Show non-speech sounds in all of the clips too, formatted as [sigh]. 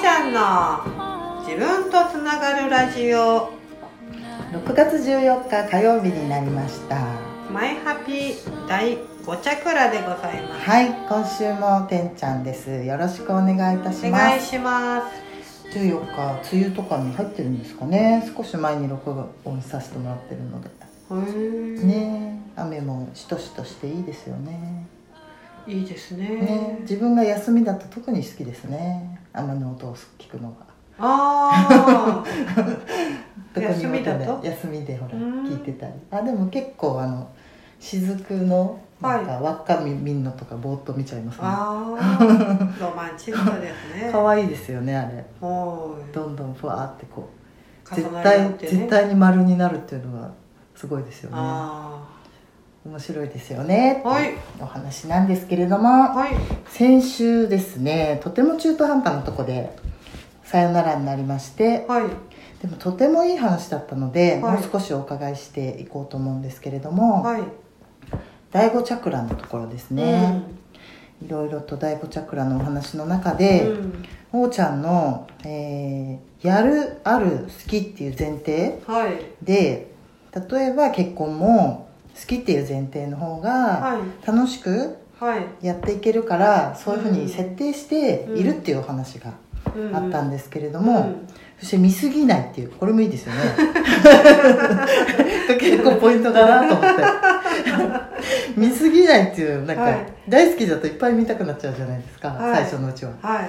の自分とつながるラジオ6月14日火曜日になりましたマイハピ第5チャクラでございますはい今週もてんちゃんですよろしくお願いいたしおま願いすします14日梅雨とかに入ってるんですかね少し前に録音させてもらってるのでうーんね雨もしとしとしていいですよねいいですねね自分が休みだと特に好きですね雨の音を聞くのがあ [laughs] あ特に音で休みだと休みでほらうん聞いてたりあでも結構あの雫のなんか輪っかみみんのとかぼーっと見ちゃいますねああロマンチックですね可愛いですよねあれおーどんどんふわーってこう重絶なり合対ってね絶対に丸になるっていうのがすごいですよねあ面白いですよねあはいお話なんですけれどもはい先週ですねとても中途半端なとこでさよならになりましてはいでもとてもいい話だったので、はいもう少しお伺いしていこうと思うんですけれども、はい第五チャクラのところですね、いろいろと第五チャクラのお話の中うんで、うんおーちゃんの、えーやるある好きっていう前提はいで例えば結婚も好きっていう前提の方がは楽しくいはいやっていけるから、そういうふうに設定しているっていうお話があったんでですけれどすも、そして見すぎないっていうこれもいいです [laughs] よね結構ポイントだなと [laughs] 思って見すぎないっていうなんか、はい大好きだといっぱい見たくなっちゃうじゃないですか、はい最初のうちはは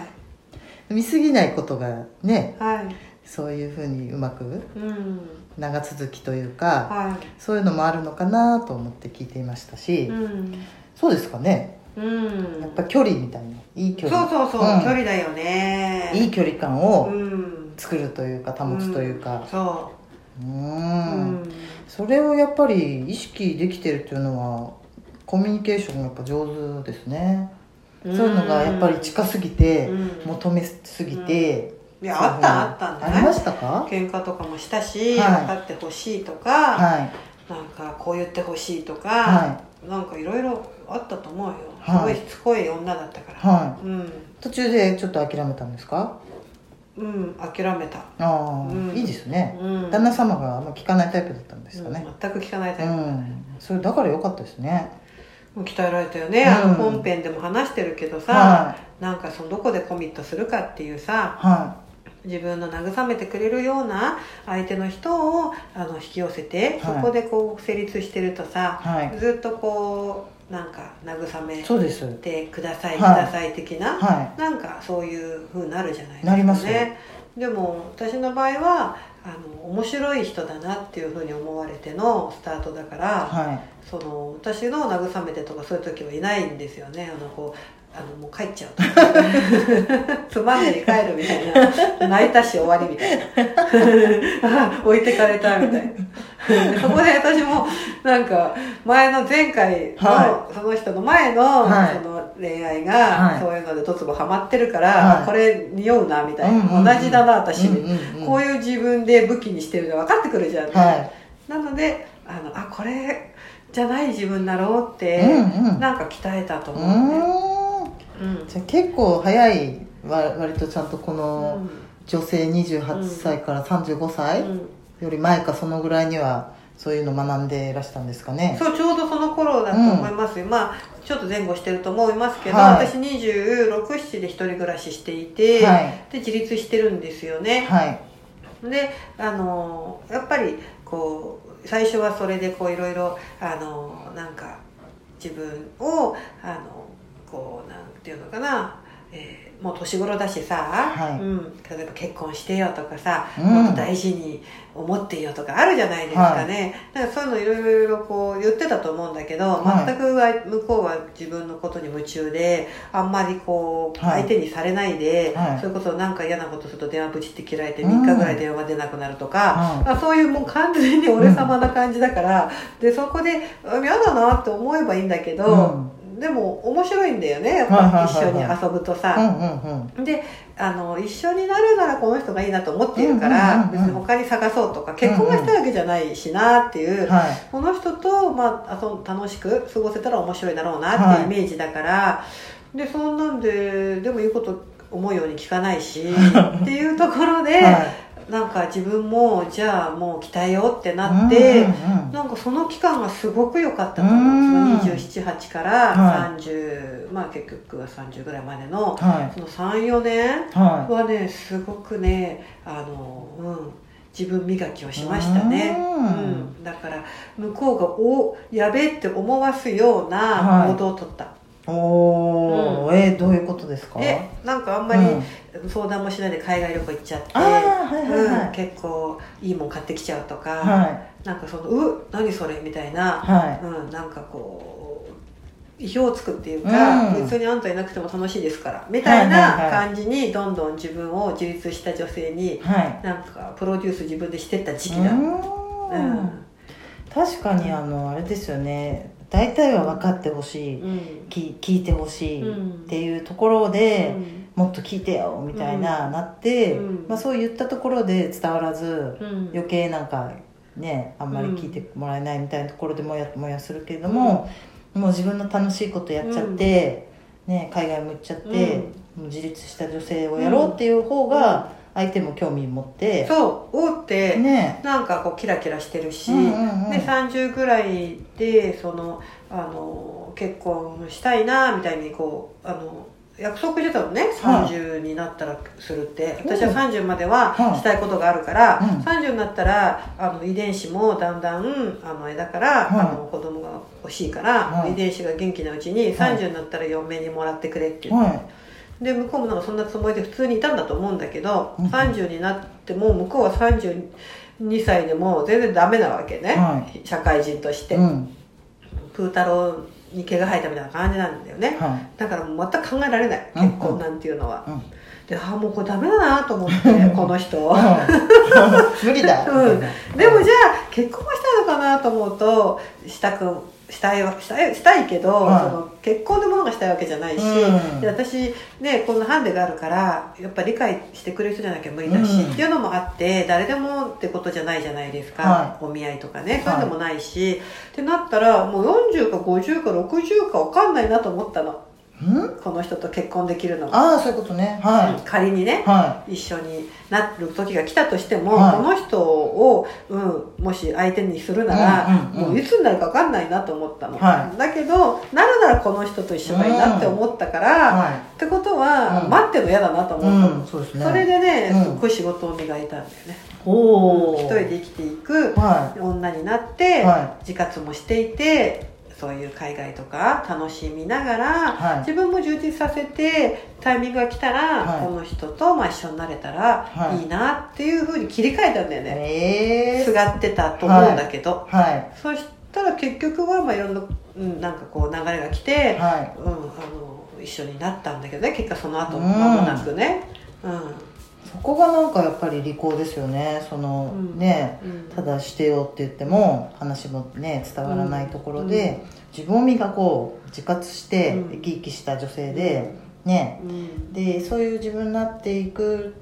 い見すぎないことがねはいそういうふうにうまくうん長続きというかはそういうのもあるのかなと思って聞いていましたし、いうんそうですかねうんやっぱ距離みたいないい距そう離そうそう距うん離だよねいいい距離感うをん作るというか保つというかそううーんんそれをやっぱり意識できてるっていうのはコミュニケーションがやっぱ上手ですね、そういうのがやっぱり近すぎて、うん求めすぎて、いやあったあったんんだありまねしたか喧嘩とかもしたし、はい分かってほしいとか、はいなんかこう言ってほしいとか、はなんかいろいろあったと思うよ、はいすごいしつこい女だったから、いはうんい途中でちょっと諦めたんですかうん諦めた、ああ、うんいいですね、うん、旦那様があんま聞かないタイプだったんですかねうん全く聞かないうタイプ、ん、それだから良かったですねもう鍛えられたよね、うんあの本編でも話してるけどさ、はいなんかそのどこでコミットするかっていうさは自分の慰めてくれるような相手の人をあの引き寄せて、はいそこでこう成立してるとさ、はいずっとこうなんか慰めいそうですはてください、はいください的な、いなんかそういう風になるじゃないですか、ね、なりますよでも私の場合はあの面白い人だなっていう風に思われてのスタートだから、はその私の慰めてとかそういう時はいないんですよねあのこうあのもう帰っちゃうと [laughs] かつまんで帰るみたいな泣いたし終わりみたいな [laughs] あ置いてかれたみたいな [laughs] でそこで私もなんか前の前回の、はその人の前の,、はいその恋愛が、はいそういうのでドツボハマってるから、はいこれ匂うなみたいな、うんうんうん同じだな私、うんうんうんこういう自分で武器にしてるの分かってくるじゃん、いはなのであのあこれじゃない自分だろうっい、て、うんうんなんか鍛えたとう思うね、ーんうんじゃあ結構早いわ割とちゃんとこうのん女性28歳から35歳うんより前かそのぐらいにはそういうの学んでいらしたんですかねそうちょうどその頃だと思いますよ、まあちょっと前後してると思いますけど、はい私267で一人暮らししていて、はいで自立してるんですよね、はいであのやっぱりこう最初はそれでこういろいろあのなんか自分をあのこうなんていうのかな、えーもう年頃だしさ、はいうん、例えば結婚してよとかさ、うんもっと大事に思ってよとかあるじゃないですかね、なんかそういうのいろいろいろいろこう言ってたと思うんだけど、はい全くは向こうは自分のことに夢中であんまりこうはい相手にされないで、はいそれこそなんか嫌なことすると電話ぶちって切られて3日ぐらい電話が出なくなるとか、はあそういうもう完全に俺様な感じだから、でそこであ嫌だなって思えばいいんだけど、でも面白いんだよねやっはいはいぱはい一緒はいに遊ぶとさ。いうんうんうんであの一緒になるならこの人がいいなと思っているかうんらうんうん別に他に探そうとか結婚がしたいわけじゃないしなっていう、はいこの人と、まあ、あそ楽しく過ごせたら面白いだろうなっていうイメージだから、でそんなんででも言うこと思うように聞かない [laughs] しっていうところで、なんか自分もじゃあもう来たよってなって、うんうんうんなんかその期間がすごく良かったと思うんですよ278からは30、まあ結局は30ぐらいまでのはその34年いははねすごくねあの、うん、自分磨きをいしましたね。ううんん、だから向こうが「おやべ」えって思わすようなはい行動をとった、おお、えーどういうことですかでなんかあんあまうりん、相談もしないで海外旅行行っちゃって、ああはいはいはうん、い、結構いいもん買ってきちゃうとか、はいなんかその「う何それ」みたいな、はうん、なんかこう意表をつくっていうか、うん別にあんたいなくても楽しいですからみたいはいはいなはい感じにどんどん自分を自立した女性にいはいなんかプロデュース自分でしてった時う期だ、うんーん確かにあのあれですよね大体は分かってほしいうんき聞いてほしういっんていうところで、うんもっと聞いてよみたいな、なって、うんまあ、そう言ったところで伝わらずうん余計なんかねあんまり聞いてもらえないみたいなところでもやもやするけれども、もう自分の楽しいことやっちゃって、ね、海外も行っちゃって、うんもう自立した女性をやろうっていう方が相手も興味持って、そう「お」って、ねなんかこうキラキラしてるし、うんうんうんで30ぐらいでそのあの結婚したいなみたいにこうあの約束してたのねはい30になったらするって、うん私は30までははいしたいことがあるから、うん30になったらあの遺伝子もだんだんあのあれだから、はいあの子供が欲しいから、はい遺伝子が元気なうちにはい30になったら嫁にもらってくれって言ってはいで向こうもなんかそんなつもりで普通にいたんだと思うんだけど、うん30になっても向こうは32歳でも全然ダメなわけね、は社会人として、うんプータローに毛が生えたみたいな感じなんだよねはだからもう全く考えられないうん結婚なんていうのは、うんでああもうこれダメだなと思って [laughs] この人い、無理だ、うんでもじゃあ結婚はしたいのかなと思うとしたくしたいわしたいしたいけど、はいその結婚でものがしたいわけじゃないし、うんで私ねこんなハンデがあるからやっぱ理解してくれる人じゃなきゃ無理だし、うんっていうのもあって誰でもってことじゃないじゃないですか、はお見合いとかねそういうのもないし、ってなったらもう40か50か60か分かんないなと思ったのうん、この人と結婚できるのが、ああそういうことねうんは仮にね、い、は一緒になる時が来たとしても、はいこの人を、うん、もし相手にするなら、うんうんうんもういつになるか分かんないなと思ったの、はだけどなるならこの人と一緒がいいなって思ったかい、ら、はってことは、うん待ってるの嫌だなとい、う思ったの、ん、そうですねそれでね、うんすっごい仕事を磨いたんだよね、おお一人で生きていくは女になっいて、は自活もしていてそういう海外とか楽しみながら、はい自分も充実させてタイミングが来たら、はいこの人とまあ一緒になれたらはいいいなっていうふうに切り替えたんだよいね、えすえがってたと思うんだけど、はそしたら結局はまあいろんな、うん、なんかこう流れが来てい、はうん、あの一緒になったんだけどね結果その後うん間もなくね、うんいそこがなんかやっぱり利口ですよねその、うんねうんただしてよって言っても話もね伝わらないところで、自分を磨こう自活してうん生き生きした女性で、ねうんでそういう自分になっていく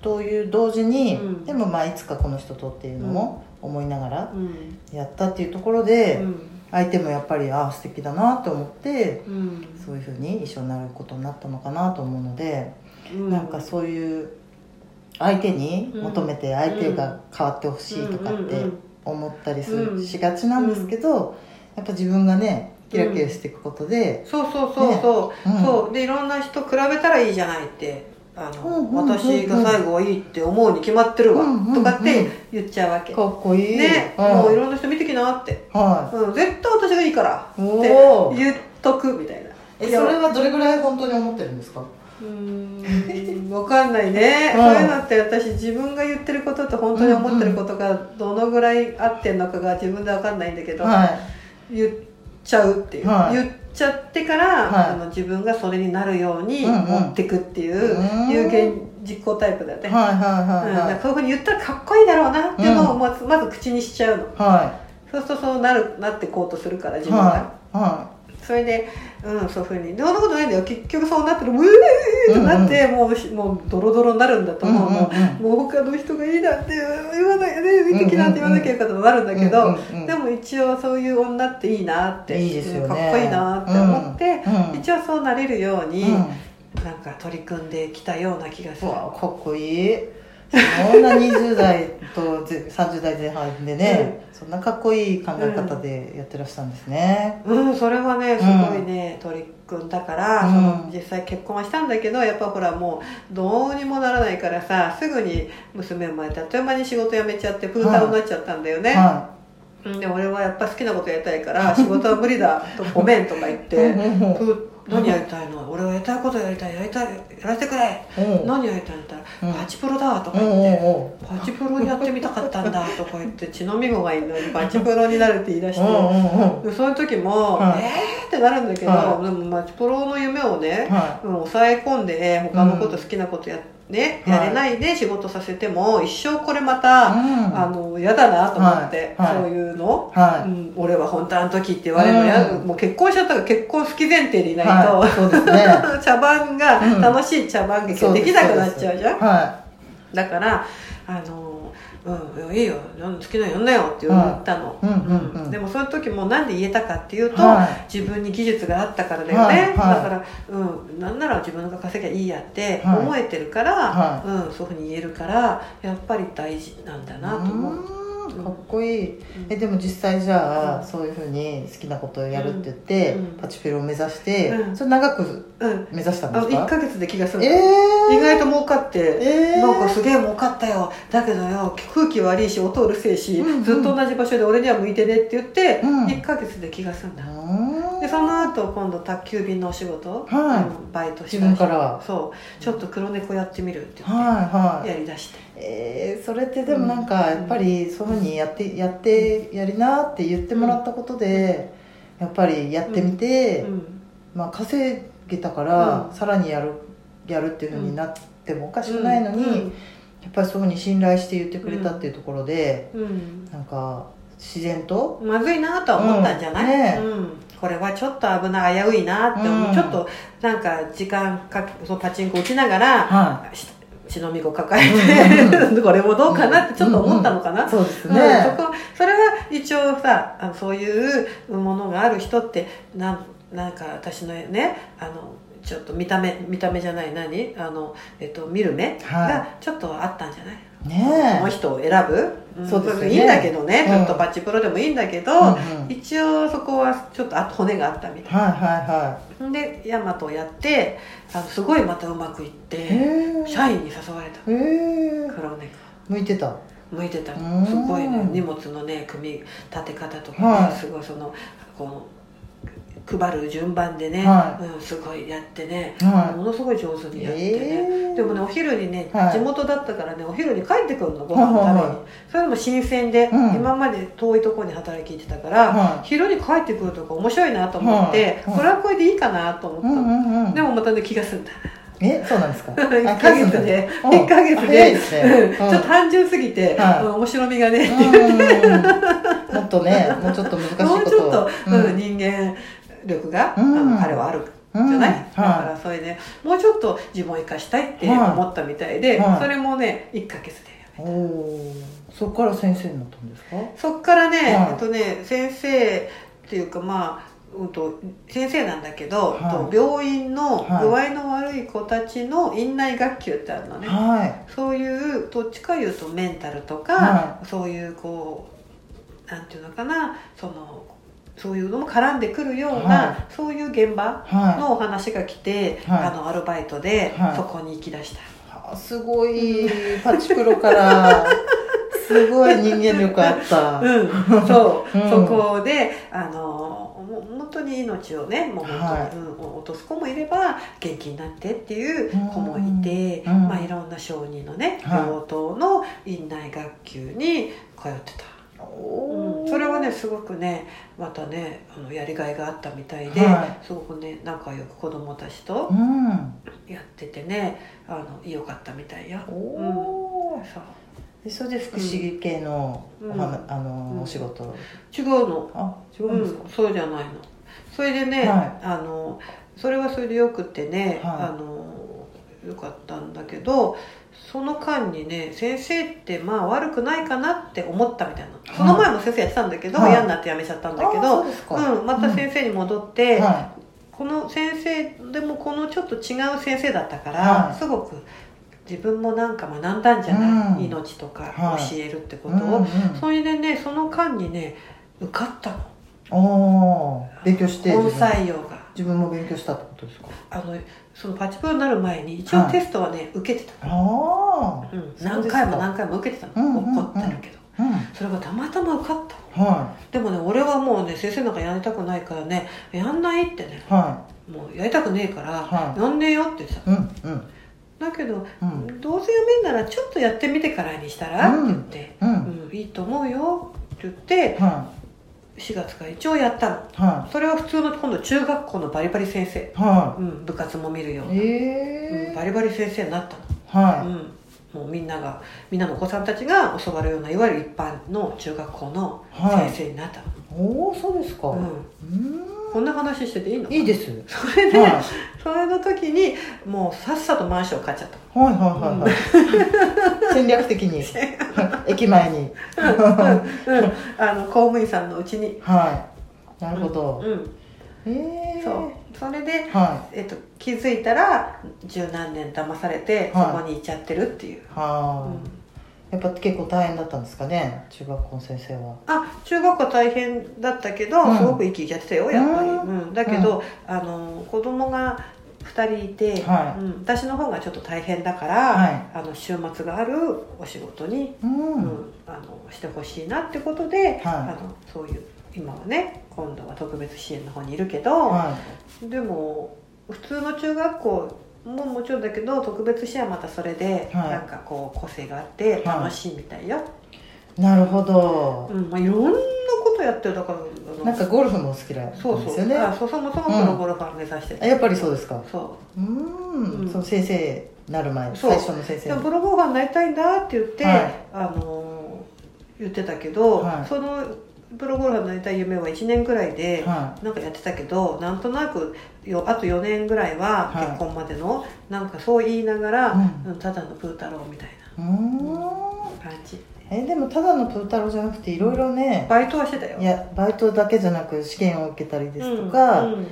という同時に、うんでもまあいつかこの人とっていうのも思いながらうんやったっていうところで、うん相手もやっぱりああ素敵だなと思ってうんそういうふうに一緒になることになったのかなと思うので、うんなんかそういう相手に求めて相手が変わってほしいとかっうんうんうてん思ったりすうんるしがちなんですけど、やっぱ自分がねキラキラしていくことで、そうそうそうそう、うんそうでいろんな人比べたらいいじゃないってあの、うんうんうんうん私が最後はいいって思うに決まってるわ、うんうんうんとかって言っちゃうわけ、かっこいい、ね、うんもういろんな人見てきなって、はうん、絶対私がいいからいっておー言っとくみたいなえいやそれはどれぐらい本当に思ってるんですかう [laughs] ーん分かんないね、うんそういうのって私自分が言ってることと本当に思ってることがどのぐらい合ってんのかが自分で分かんないんだけど、は言っちゃうっていう、はい言っちゃってから、はいあの自分がそれになるようにうんうん持ってくっていううん有言実行タイプだよいね、はいはいうん、はだかいらこういうふうに言ったらかっこいいだろうなっていうのをまず,、まず口にしちゃうのはそうするとそうなるなってこうとするから自い分が、はいはそれで、うん、そういうふうにどうなことないんだよ結局そうなってるうえーってなって、もうしもうドロドロになるんだというん思う、もううんもう他の人がいいなんて言わないね見てきなんて言わなきゃよかったとなるんだけど、うんうんうんでも一応そういう女っていいなっていいですよねかっこいいなって思って、うんうん一応そうなれるように、うんうんなんか取り組んできたような気がすうるわかっこいいそんな20代とぜ30代前半でね、そんなかっこいい考え方でやってらっしゃるんですね、うん、それはねすごいね、取り組んだから、うんその実際結婚はしたんだけどやっぱほらもうどうにもならないからさすぐに娘生まれてあっという間に仕事辞めちゃってプータウンになっちゃったんだよね、はうんで俺はやっぱ好きなことやりたいから仕事は無理だとごめんとか言っいてうんうんうんプー何やりたいの俺はやりたいことやりたいやりたいやらせてくれうん何やりたいんだったらうんパチプロだとかうん言っうんてうんパチプロやってみたかったんだとか言って血のみごがいるのにパチプロになるって言い出しうてんうんうんでそういう時も、はいえーってなるんだけど、はでもまあプロの夢をね、はうん抑え込んで他のこと好きなことや,、ね、はいやれないで仕事させても一生これまた、うんあの嫌だなと思って、はいはいそういうの、いはういん、俺は本当あの時って言われるのや、うんもう結婚しちゃったから結婚好き前提でいないと、はいそうですね [laughs] 茶番うんが楽しい茶番劇ができなくなっちゃうじゃんはだからあのうん、いいよ好きなのやんなよって言ったの、うんうんうんうんでもそういう時もなんで言えたかっていうと、は自分に技術があったからだよね、はいはいだから、うん、なんなら自分が稼ぎゃいいやってはい思えてるから、はうん、そういうふうに言えるからやっぱり大事なんだなと思う、うーんかっこいいえでも実際じゃあ、そういうふうに好きなことをやるって言って、うんうんパチペロを目指して、うんそれ長くうん、目指したんあですのか1ヶ月で気がする、えー、意外と儲かって、えー、なんかすげえ儲かったよだけどよ空気悪いし音うるせえし、うんうんずっと同じ場所で俺には向いてねって言って、うん1ヶ月で気がするんだうーんでその後今度宅急便のお仕事、はいうんバイトした自り分からそうちょっと黒猫やってみるって言っはいはいてやりだして、えー、それってでもなんかやっぱりそういうふうにやってやってやりなって言ってもらったことでやっぱりやってみて、うんまあ、稼げたから、うんさらにやるやるっていうふうになってもおかしくないのに、うんやっぱりそういうふうに信頼して言ってくれたっていうところで、うんなんか自然とまずいなとは思ったんじゃない、うんねえうんこれはちょっと危ない危ういなって思う、うんちょっとなんか時間かけそのパチンコ打ちながらはし血のみご抱えて、 [laughs] これもどうかなってちょっと思ったのかな、いそうですうんね、そこそれは一応さあのそういうものがある人ってなんなんか私のねあのちょっと見た目見た目じゃない何あの、えっと、見る目はいがちょっとあったんじゃない、ねそのえ人を選ぶ、そうですよねいいんだけどね、うんちょっとパチプロでもいいんだけど、うんうん一応そこはちょっとあ骨があったみたいはいはでヤマトをやってあのすごいまたうまくいっいはいへて社員に誘われたえへえ黒猫向いてた向いてたうんすごいね荷物のね組み立て方とかね、はいすごいそのこの配る順番でね、はうん、すごいやってね、はいものすごい上手にやってね、ええでもねお昼にね、はい地元だったからねお昼に帰ってくるのご飯食べに、はいはいはそれでも新鮮で、うん今まで遠いところに働きに行ってたから、はい昼に帰ってくるとか面白いなと思って、はいはいこれはこれでいいかなと思ったうの、んうんうんでもまたね気が済んだえそうなんで [laughs] すか1ヶ月であそう1ヶな月んだうんあ早でいでちすね、ょっと単純すぎてはいうん面白みがねうんもっ [laughs] とねもうちょっと難しいこともうちょっとうんうん人間力があうんの彼はあるじゃないだかはらそれでもうちょっと自分を生かしたいって思ったみたいではいそれもね1ヶ月でいおおそこから先生になったんですかそっからねはいえっとね先生っていうかまあうんと先生なんだけどはとい病院のはい具合の悪い子たちの院内学級ってあるのねはそういうどっちかいうとメンタルとか、はそういうこうなんていうのかなそのそういうのも絡んでくるような、はそういう現場いはいのお話が来て、はいあのアルバイトではいそこに行きだした、あすごいパチプロからすごい人間力あった、うん、そう、 [laughs] うんそこであのもう本当に命をねもう本当に、はいうん、落とす子もいれば元気になってっていう子もいて、うんうんまあ、いろんな小児のねはい病棟の院内学級に通ってた。おーうんそれはねすごくねまたねあのやりがいがあったみたいで、はすごくね仲良く子供たちとうんやっててねあの良かったみたいよおーそうでそれで福祉系のお花、うあの、うんお仕事違うのあ違ううんですんか、そうじゃないのそれでね、はあのそれはそれでよくってね、はいあのよかったんだけどその間にね先生ってまあ悪くないかなって思ったみたいな、いその前も先生やってたんだけど、はい嫌になって辞めちゃったんだけあどそうですかうん、また先生に戻って、はこの先生でもこのちょっと違う先生だったから、はいすごく自分もなんか学んだんじゃない、うん命とかはい教えるってこうとんを、うんそれでねその間にね受かったのおー勉強して本自分採用が自分も勉強したってことですかあのそのパチプロになる前に一応はいテストはね、受けてた、あうん、すか何回も何回も受けてたうんの、うんうん怒ってるけどあうんそれがたまたま受かったのはでもね俺はもうね先生なんかやりたくないからねやんないってねいはもうやりたくねえから、はいやんねえよって言ってたいうんうんだけど、うんどうせやめんならちょっとやってみてからにしたら、うんって言って、ううんん、いいと思うよって言っては4月から一応やったのいはそれは普通の今度中学校のバリバリ先生、いはうん、部活も見るよういな、うえん、えバリバリ先生になったのはうん、もうみんながみんなのお子さんたちが教わるようないわゆる一般の中学校のはい先生になったの、いおおそうですかうん、うんこんな話してていいのいいでですはいすそれで、はいそれの時にもうさっさとマンション買っちゃったはいはいはい戦略 [laughs] 的に駅前にうん、うんあの公務員さんのうちにはいなるほどうん、ええそうそれで、はえっと、気づいたら十何年騙されてそはいこにいちゃってるっていう、いはうんいやっぱ結構大変だったんですかね中学校の先生はあ中学校大変だったけど、うんすごく生き生きやってたよやっぱり、ううんだけど、あの子供が2人いて、はうん、私の方がちょっと大変だから、はあの週末があるお仕事に、いうんうんあのしてほしいなってことで、あのそういう今はね今度は特別支援の方にいるけど、はでも普通の中学校ももちろんだけど特別支援はまたそれで、はいなんかこう個性があってはい楽しいみたいよ、いなるほどうんまあ、いろんなことやってるだからあのなんかゴルフもお好きなんですそうそう、よねあそうそもそもプロゴルファーを目指してあて、やっぱりそうですかそううんんその先生なる前そう最初の先う生でもプのロゴルファーになりたいんだって言って、はいあのー言ってたけど、はいそのプロゴルファーになりたい夢は1年くらいで、はなんかやってたけどなんとなくよあと4年ぐらいははい結婚までの、なんかそう言いながら、ううんただのプー太郎みたいうーんな感じえでもただのプー太郎じゃなくていろいろねバイトはしてたよいやバイトだけじゃなく試験を受けたりですとか、うんうん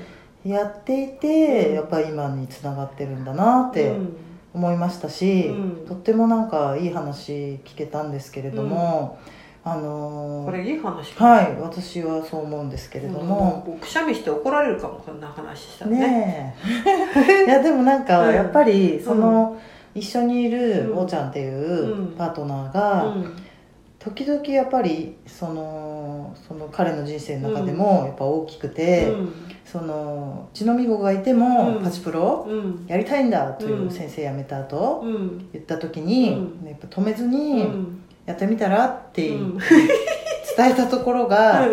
やっていて、うんやっぱり今につながってるんだなっうてん思いましたし、うんとってもなんかいい話聞けたんですけれども、あのーこれいい話かはい私はそう思うんですけれども、うんくしゃみして怒られるかもそんな話したらねね [laughs] えいやでもなんかうんやっぱりその、一緒にいるおーちゃんっていううんパートナーうが、ん時々やっぱりそのその彼の人生の中でもやっぱ大きくて、その血のみ子がいても、うんパチプロうんうんやりたいんだといううん先生辞めた後、うん言った時に、うんやっぱ止めずうにんやってみたらってう伝んえたところが、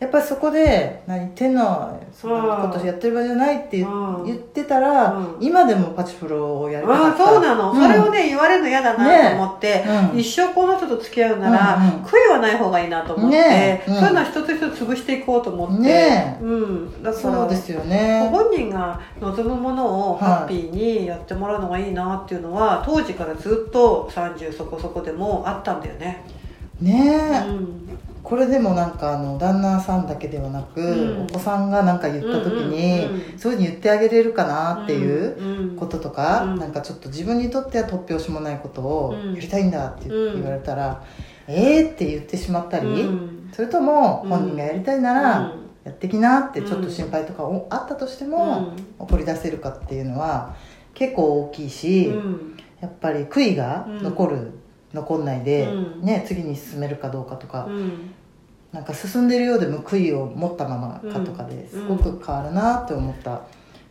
やっぱりそこで「何言ってんのそんなことやってる場合じゃない」って言うん言ってたら、うん今でもパチプロをやりたかあったそうなの、うんそれをね言われるの嫌だなと思って、うん一生この人と付き合うなら、うんうん悔いはない方がいいなと思って、ねえそううんいうのは一つ一つ潰していこうと思って、ねうん、だからそうですよねご本人が望むものをはいハッピーにやってもらうのがいいなっていうのは、当時からずっと30そこそこでもあったんだよね、うねえ、ん、これでもなんかあの旦那さんだけではなく、うんお子さんがなんか言った時に、うんうんうんそういうふうに言ってあげれるかなっていう、うんこととか、うんなんかちょっと自分にとっては突拍子もないことをうんやりたいんだってうん言われたら、えーって言ってしまったり、うんそれとも本人がやりたいなうらんやってきなってうんちょっと心配とかおあったとしても怒り出せるかっていうのは結構大きいし、うんやっぱり悔いが残る、残んないで、うんね、次に進めるかどうかとか、うんなんか進んでるようでも悔いを持ったままかとかうんですごく変わるなって思った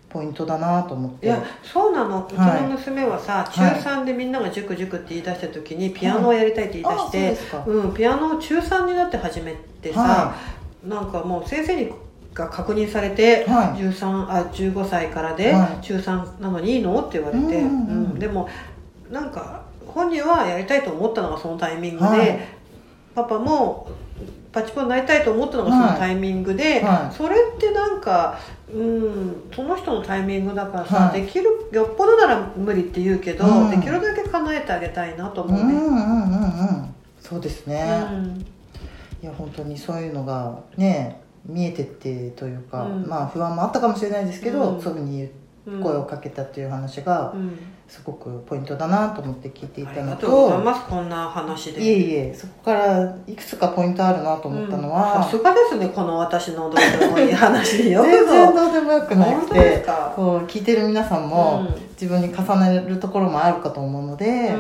ポイントだなと思っいて。やそうなのうちはいの娘はさ、中3でみんなが「塾塾」って言い出した時にピアノをやりたいって言い出あそしうて、ですかうん、ピアノを中3になって始めてさ、はなんかもう先生にが確認されて、はい13あ15歳からではい中3なのにいいのって言われて、うんうんうんでもなんか本人はやりたいと思ったのがそのタイミングで、はいパパもパチコになりたいと思ったのがそのタイミングで、はいそれってなんか、うん、その人のタイミングだからさ、はいできるよっぽどなら無理って言うけど、うんできるだけ叶えてあげたいなとうん思ううね。んうんうんそうですね、うんいや本当にそういうのがね見えてってというか、うんまあ不安もあったかもしれないですけど、うんそういうふうにうん声をかけたという話がうんすごくポイントだなと思って聞いていあたりのがととうございますこんな話でいえいえそこからいくつかポイントあるなと思ったのうんはさ、すがですねこの私のどうでもいい [laughs] 話よく全然ぞどうでもよくな本く当ですてかこう聞いてる皆さんも、自分に重ねるところもあるかと思ううのんで、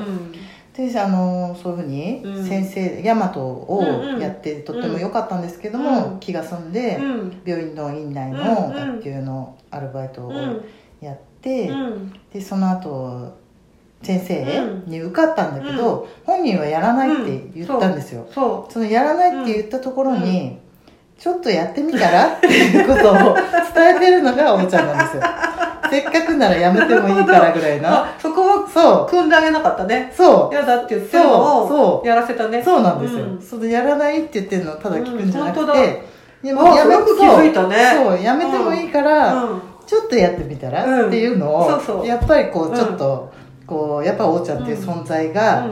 であのそういうふううにん先生、ヤマトをやってとっても良かったんですけども、うん気が済んで、うん病院の院内のうん学級のアルバイトをやって、うんでその後先生うに受かったんだけど、本人はやらないって言ったんですよ、そそのやらないって言ったところに、ちょっとやってみたらっていうことを伝えてるのがおもちゃんなん [laughs] ですよせっかくならやめてもいいからぐらいうなあそこはそう組んであげなかったねそう嫌だって言ってるのをそうそうやらせたねそうなんですよ、うんそのやらないって言ってるのをただ聞くんじゃなくて、うん本当だであよく気づいたねそうそうやめてもいいから、ちょっとやってみたら、うんっていうのをそうそうやっぱりこううんちょっと、こうやっぱりおーちゃんっていう存在が、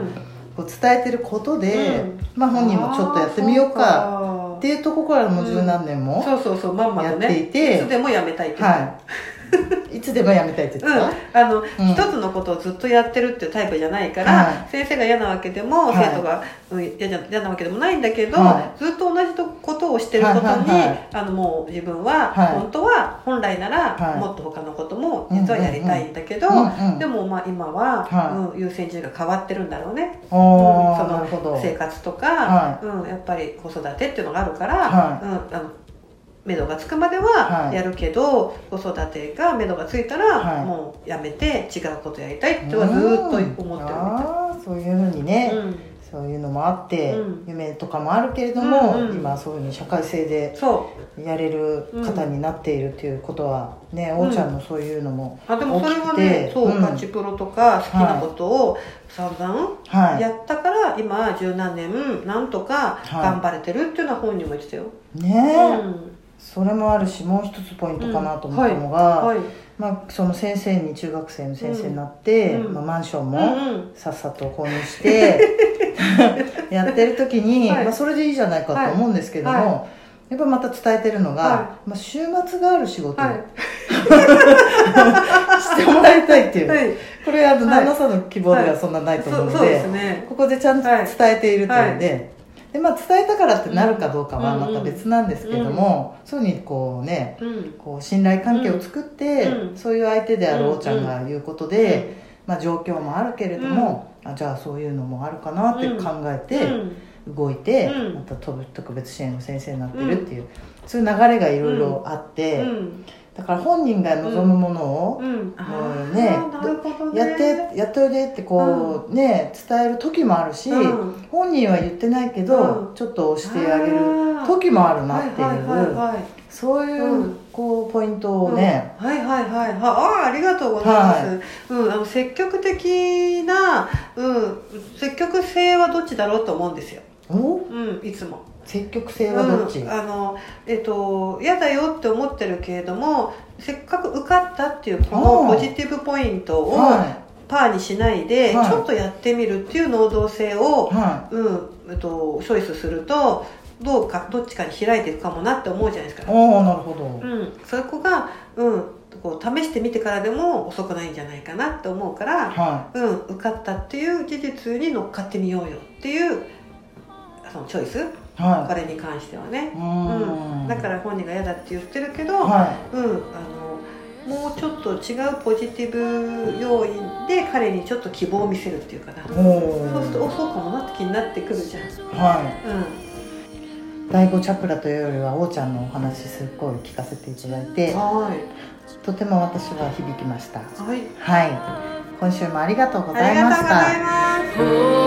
こう伝えてることで、うんまあ、本人もちょっとやってみようかかっていうところからもう十何年も、そうそうそうまんまとねやっていてつでもやめたいって言ってたはい、い [laughs] つでもやめたいって言ってた、うん、あの、ん一つのことをずっとやってるっていうタイプじゃないから、は先生が嫌なわけでも、はい生徒が、うん、嫌じゃ嫌なわけでもないんだけど、はずっと同じとことをしてることに、はいはいはいあのもう自分は、はい本当は本来なら、はいもっと他のことも実はやりたいんだけど、うんうんでもまあ今は、はうん優先順位が変わってるんだろうね、おうんーそのなるほど生活とか、はうん、やっぱり子育てっていうのがあるから、はうん、あの目処がつくまでははいやるけど、子育てが目処がついたら、はいもうやめて違うことやりたいとはずーっと思ってるみあーそういうふうにたねい、、うん、そういうのもあって、うん夢とかもあるけれども、うんうん今そういうふうに社会性でそやれる方になっているっていうことはね、おーちゃんのそういうのもうあでもそれは大きくねてそう、うんパチプロとか好きなことを散々はいやったから、今十何年なんとかはい頑張れてるっていうのは本人も言ってたよ、ねえ、それもあるしもう一つポイントかなと思ったのうん、が、はい、まあ、その先生に中学生の先生になって、うんまあ、マンションうも、んうんさっさと購入して [laughs] やってる時に、はいまあ、それでいいじゃないかと思うんですけども、はいやっぱまた伝えてるのが、はまあ、週末がある仕事をはいしてもらいたいっていう、はいこれあのはい旦那さんの希望ではそんなないと思うそので,、そうですねここでちゃんとはい伝えているというので,、でまあ、伝えたからってなるかどうかはうんまた別なんですけども、そういうふうにこうねうんこう信頼関係を作って、うんうんそういう相手であるおーちゃんが言うことで、まあ、状況もあるけれども、あじゃあそういうのもあるかなって考えうてん動いて、うんまた特特別支援の先生になってるっていう、そういう流れがいろいろあって、うんだから本人が望むものを、うんあーねなるほどねやってやっておいでってこう、ね伝える時もあるし、うん本人は言ってないけど、うんちょっと押してあげるあー時もあるはなっいていう、はいはいはいそういう、うんこうポイントをね、うんはいはいはいはいああありがとうございます、うん、あの積極的な、うん、積極性はどっちだろうと思うんですよ、おうん、いつも積極性はどっち、うん、あのえっ、と嫌だよって思ってるけれどもせっかく受かったっていうこあのーポジティブポイントをはパーにしないで、はいちょっとやってみるっていう能動性をい、はうんえっと、チョイスするとどうかどっちかに開いていくかもなって思うじゃないですいか、おおなるほど、うん、そこが、うん、こう試してみてからでも遅くないんじゃないかなって思うから、はうん、受かったっていう事実に乗っかってみようよっていうそのチョイスいはこれに関してはねい、う、ーうん、だから本人が嫌だって言ってるけど、はうん、あのもうちょっと違うポジティブ要因で彼にちょっと希望を見せるっていうかな、いおそうするとーおそうかもなって気になってくるじゃんはうい第五チャプラというよりはおーちゃんのお話すっごい聞かせていただいてん、はいとても私は響きましたはいはい今週もありがとうごあざりいまがとうしごたざいます